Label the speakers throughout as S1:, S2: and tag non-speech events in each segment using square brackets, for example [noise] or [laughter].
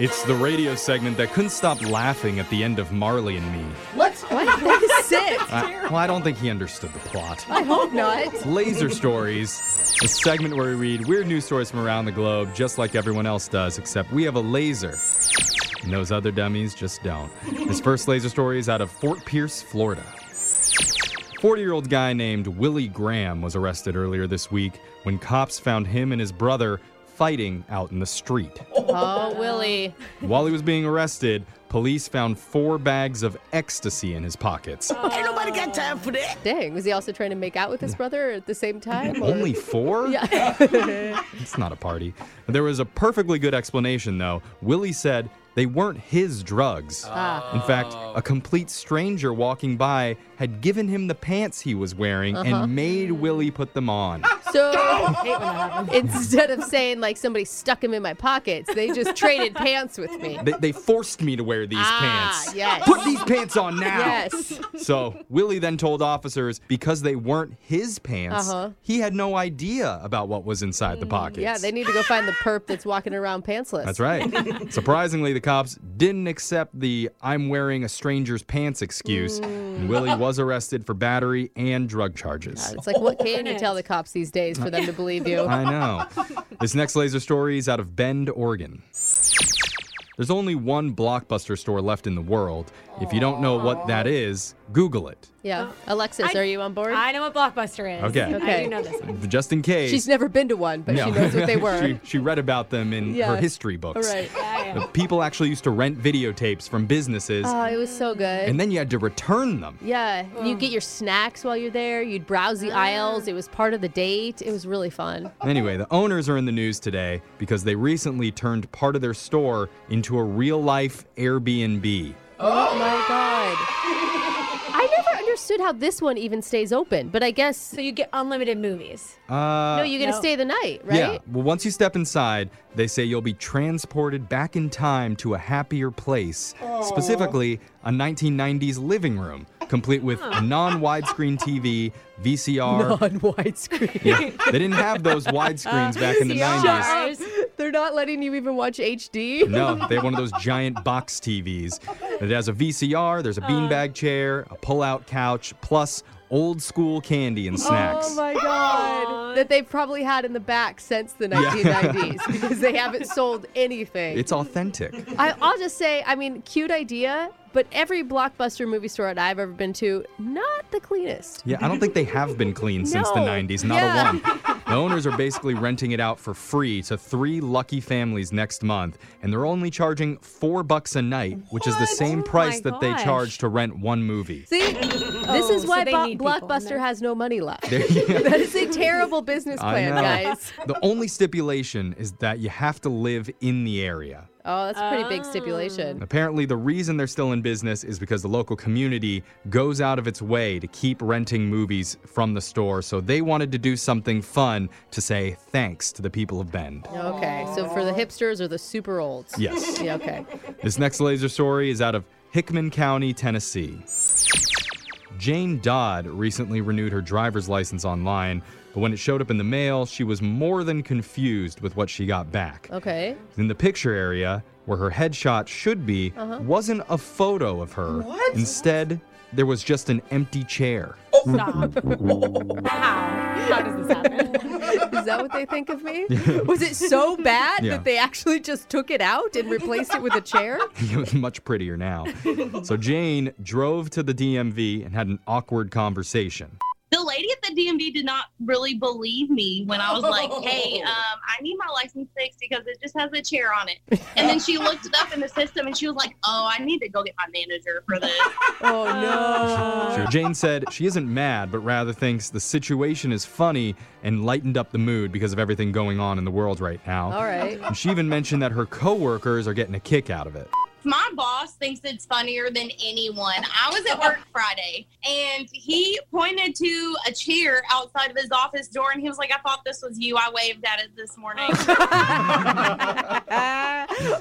S1: It's the radio segment that couldn't stop laughing at the end of Marley and Me.
S2: What?
S3: What? That is sick.
S1: I- well, I don't think he understood the plot.
S3: I hope not.
S1: Laser Stories, a segment where we read weird news stories from around the globe, just like everyone else does, except we have a laser. And those other dummies just don't. His first laser story is out of Fort Pierce, Florida. 40 year old guy named Willie Graham was arrested earlier this week when cops found him and his brother fighting out in the street.
S3: [laughs] Oh, Willie.
S1: While he was being arrested, police found four bags of ecstasy in his pockets.
S2: Ain't nobody got time for that.
S3: Dang, was he also trying to make out with his brother at the same time? or-
S1: Only four?
S3: Yeah.
S1: [laughs] It's not a party. There was a perfectly good explanation, though. Willie said they weren't his drugs.
S3: Ah.
S1: In fact, a complete stranger walking by had given him the pants he was wearing and made Willie put them on. [laughs]
S3: So [laughs] instead of saying like somebody stuck him in my pockets, they
S1: [laughs]
S3: just traded pants with me.
S1: They, they forced me to wear these
S3: Ah,
S1: pants.
S3: yes.
S1: Put these pants on now.
S3: Yes.
S1: So Willie then told officers because they weren't his pants,
S3: Uh-huh. Mm,
S1: he had no idea about what was inside the pockets.
S3: Yeah, they need to go find the perp that's walking around pantsless.
S1: That's right.
S3: [laughs]
S1: Surprisingly, the cops didn't accept the I'm wearing a stranger's pants excuse,
S3: Mm.
S1: and
S3: [laughs]
S1: Willie was arrested for battery and drug charges.
S3: It's like, what can you tell the cops these days for them to believe
S1: [laughs]
S3: you?
S1: I know. This next laser story is out of Bend, Oregon. There's only one blockbuster store left in the world. If you don't know what that is, Google it.
S3: Yeah. Alexis,
S4: I-
S3: are you on board?
S4: I know what Blockbuster is.
S1: Okay.
S4: I
S3: Okay.
S4: do know this one.
S1: Just in case.
S3: She's never been to one, but she knows what they were.
S1: [laughs] she, she read about them in
S3: Yeah.
S1: her history books.
S3: All right.
S4: I am.
S1: Uh, People actually used to rent videotapes from businesses,
S3: Oh, it was so good.
S1: and then you had to return them.
S3: yeah, you get your snacks while you're there. You'd browse the aisles. It was part of the date. It was really fun.
S1: Anyway, the owners are in the news today because they recently turned part of their store into a real life Airbnb.
S3: [laughs] Oh my god! I never understood how this one even stays open, but I guess
S4: So you get unlimited movies.
S1: Uh,
S3: no, you got to
S4: no.
S3: stay the night, right?
S1: Yeah. Well, once you step inside, they say you'll be transported back in time to a happier place, specifically a 1990s living room, complete with a non widescreen TV, VCR.
S3: On widescreen.
S1: Yeah, they didn't have those widescreens back in the 90s.
S4: Stars.
S3: [laughs] They're not letting you even watch HD.
S1: No, they have one of those giant box TVs. It has a VCR, there's a beanbag chair, a pull-out couch, plus old school candy and snacks.
S3: Oh my god! That they've probably had in the back since
S1: [laughs]
S3: the 1990s because they haven't sold anything.
S1: It's authentic.
S3: I, I'll just say, I mean, cute idea, but every blockbuster movie store that I've ever been to, not the cleanest.
S1: Yeah, I don't think they have been clean since the
S3: No.
S1: 90s, not
S3: Yeah.
S1: a one. The owners are basically renting it out for free to three lucky families next month, and they're only charging four bucks a night, which is the same
S4: Oh
S1: price
S4: my
S1: that they
S4: gosh.
S1: charge to rent one movie. [laughs]
S3: See, this is
S1: Oh,
S4: so
S3: why
S4: they
S3: Bo-
S4: need people in
S3: Blockbuster
S4: there.
S3: has no money left.
S1: There
S3: [laughs]
S1: you go.
S3: that is a terrible
S1: [laughs]
S3: business
S1: I
S3: plan,
S1: know.
S3: guys.
S1: The only stipulation is that you have to live in the area.
S3: Oh, that's a pretty
S1: Ah.
S3: big stipulation.
S1: Apparently, the reason they're still in business is because the local community goes out of its way to keep renting movies from the store. So they wanted to do something fun to say thanks to the people of Bend.
S3: Okay, so for the hipsters or the super olds?
S1: Yes.
S3: Yeah, okay.
S1: This next laser story is out of Hickman County, Tennessee. Jane Dodd recently renewed her driver's license online, but when it showed up in the mail, she was more than confused with what she got back.
S3: Okay.
S1: In the picture area, where her headshot should be, wasn't a photo of her.
S2: What?
S1: Instead, there was just an empty chair.
S4: Stop. [laughs] How? How does this happen?
S3: Is that what they think of
S1: [laughs]
S3: me? Was it so bad
S1: Yeah.
S3: that they actually just took it out and replaced it with
S1: [laughs]
S3: a chair?
S1: [laughs] it was much prettier now. so Jane drove to the DMV and had an awkward conversation.
S5: the lady at the DMV did not really believe me when I was like, "Hey, um, I need my license fixed because it just has a chair on it." And then she looked it up in the system and she was like, "Oh, I need to go get my manager for this."
S3: Oh [laughs] no.
S1: So [laughs] Jane said she isn't mad, but rather thinks the situation is funny and lightened up the mood because of everything going on in the world right now. [laughs]
S3: All right. [laughs]
S1: And she even mentioned that her coworkers are getting a kick out of it.
S5: my boss thinks it's funnier than anyone. I was at work Friday and he pointed to a chair outside of his office door and he was like, I thought this was you. I waved at it this morning.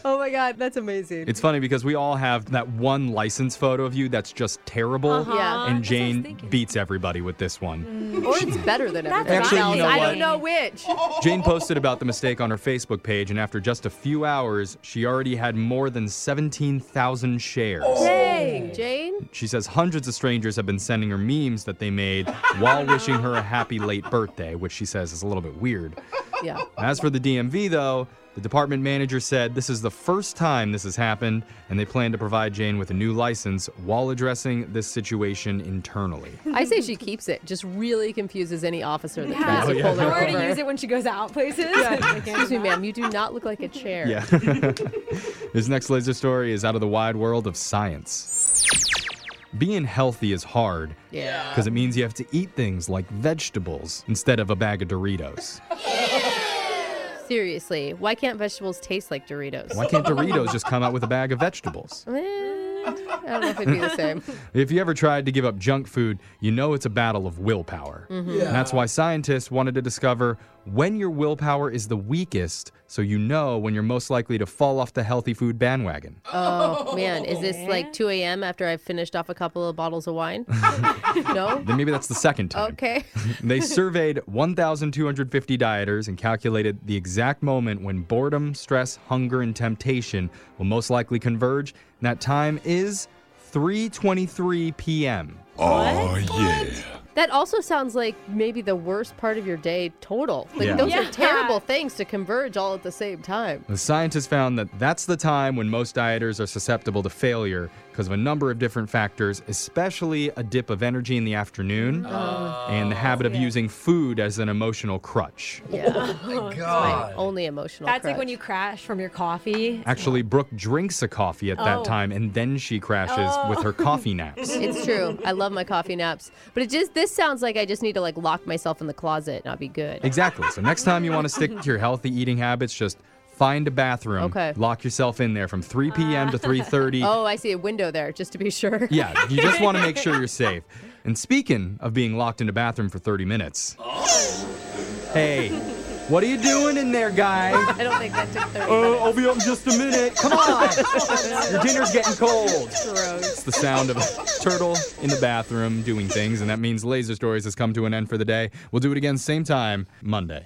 S3: oh my god, that's amazing.
S1: It's funny because we all have that one license photo of you that's just terrible,
S3: Uh-huh. Yeah.
S1: and
S4: That's what I was
S1: Jane
S4: thinking.
S1: beats everybody with this one.
S3: or it's better than
S4: That's
S3: everybody
S1: Actually, you
S3: else.
S1: know
S3: I
S1: what?
S3: don't know which.
S1: Jane posted about the mistake on her Facebook page, and after just a few hours, she already had more than 17,000 shares.
S3: Dang, Jane.
S1: She says hundreds of strangers have been sending her memes that they made while wishing her a happy late birthday, which she says is a little bit weird.
S3: Yeah.
S1: As for the DMV, though, the department manager said this is the first time this has happened, and they plan to provide Jane with a new license while addressing this situation internally.
S3: I say she keeps it. Just really confuses any officer that
S4: Yeah.
S3: tries
S1: Oh,
S3: to
S1: yeah.
S3: pull
S4: Tell
S3: her
S4: her to
S3: over.
S4: use it when she goes out
S1: [laughs]
S4: places.
S3: Excuse me, ma'am. You do not look like a chair.
S1: Yeah. [laughs] His next laser story is out of the wide world of science. Being healthy is hard
S3: Yeah.
S1: because it means you have to eat things like vegetables instead of a bag of Doritos.
S3: Seriously, why can't vegetables taste like Doritos?
S1: Why can't Doritos just come out with a bag of vegetables?
S3: Eh, I don't know if it'd be the same.
S4: [laughs]
S1: If you ever tried to give up junk food, you know it's a battle of willpower.
S3: Mm-hmm.
S1: And that's why scientists wanted to discover when your willpower is the weakest so you know when you're most likely to fall off the healthy food bandwagon.
S3: Oh man, is this like 2 a.m. after I've finished off a couple of bottles of
S4: [laughs]
S3: wine? no.
S1: Then maybe that's the second time.
S3: Okay.
S1: [laughs] They surveyed 1,250 dieters and calculated the exact moment when boredom, stress, hunger, and temptation will most likely converge. And that time is 3:23 p.m.
S6: Oh, yeah.
S3: That also sounds like maybe the worst part of your day total. Like
S1: Yeah.
S3: those
S4: Yeah.
S3: are terrible things to converge all at the same time.
S1: The scientists found that that's the time when most dieters are susceptible to failure because of a number of different factors, especially a dip of energy in the afternoon and the habit of using food as an emotional crutch.
S4: [laughs]
S3: Yeah.
S6: God.
S3: Only emotional.
S4: That's like when
S3: crutch.
S4: you crash from your coffee.
S1: Actually, Brooke drinks a coffee at that
S4: Oh.
S1: time and then she crashes with her coffee naps.
S3: It's true. I love my coffee naps, but it just this sounds like I just need to like lock myself in the closet and I'll be good.
S1: Exactly. So next time you want to stick to your healthy eating habits, just find a bathroom,
S3: Okay.
S1: lock yourself in there from 3 p.m. to 3:30.
S3: Oh, I see a window there, just to be sure.
S1: [laughs] Yeah, you just want to make sure you're safe. And speaking of being locked in a bathroom for 30 minutes. Hey, what are you doing in there, guy?
S3: [laughs] I don't think that took Oh, 30
S1: Uh, I'll be up in just a minute. Come
S3: [laughs]
S1: on. Your dinner's getting cold. It's the sound of a turtle in the bathroom doing things, and that means Laser Stories has come to an end for the day. We'll do it again same time Monday.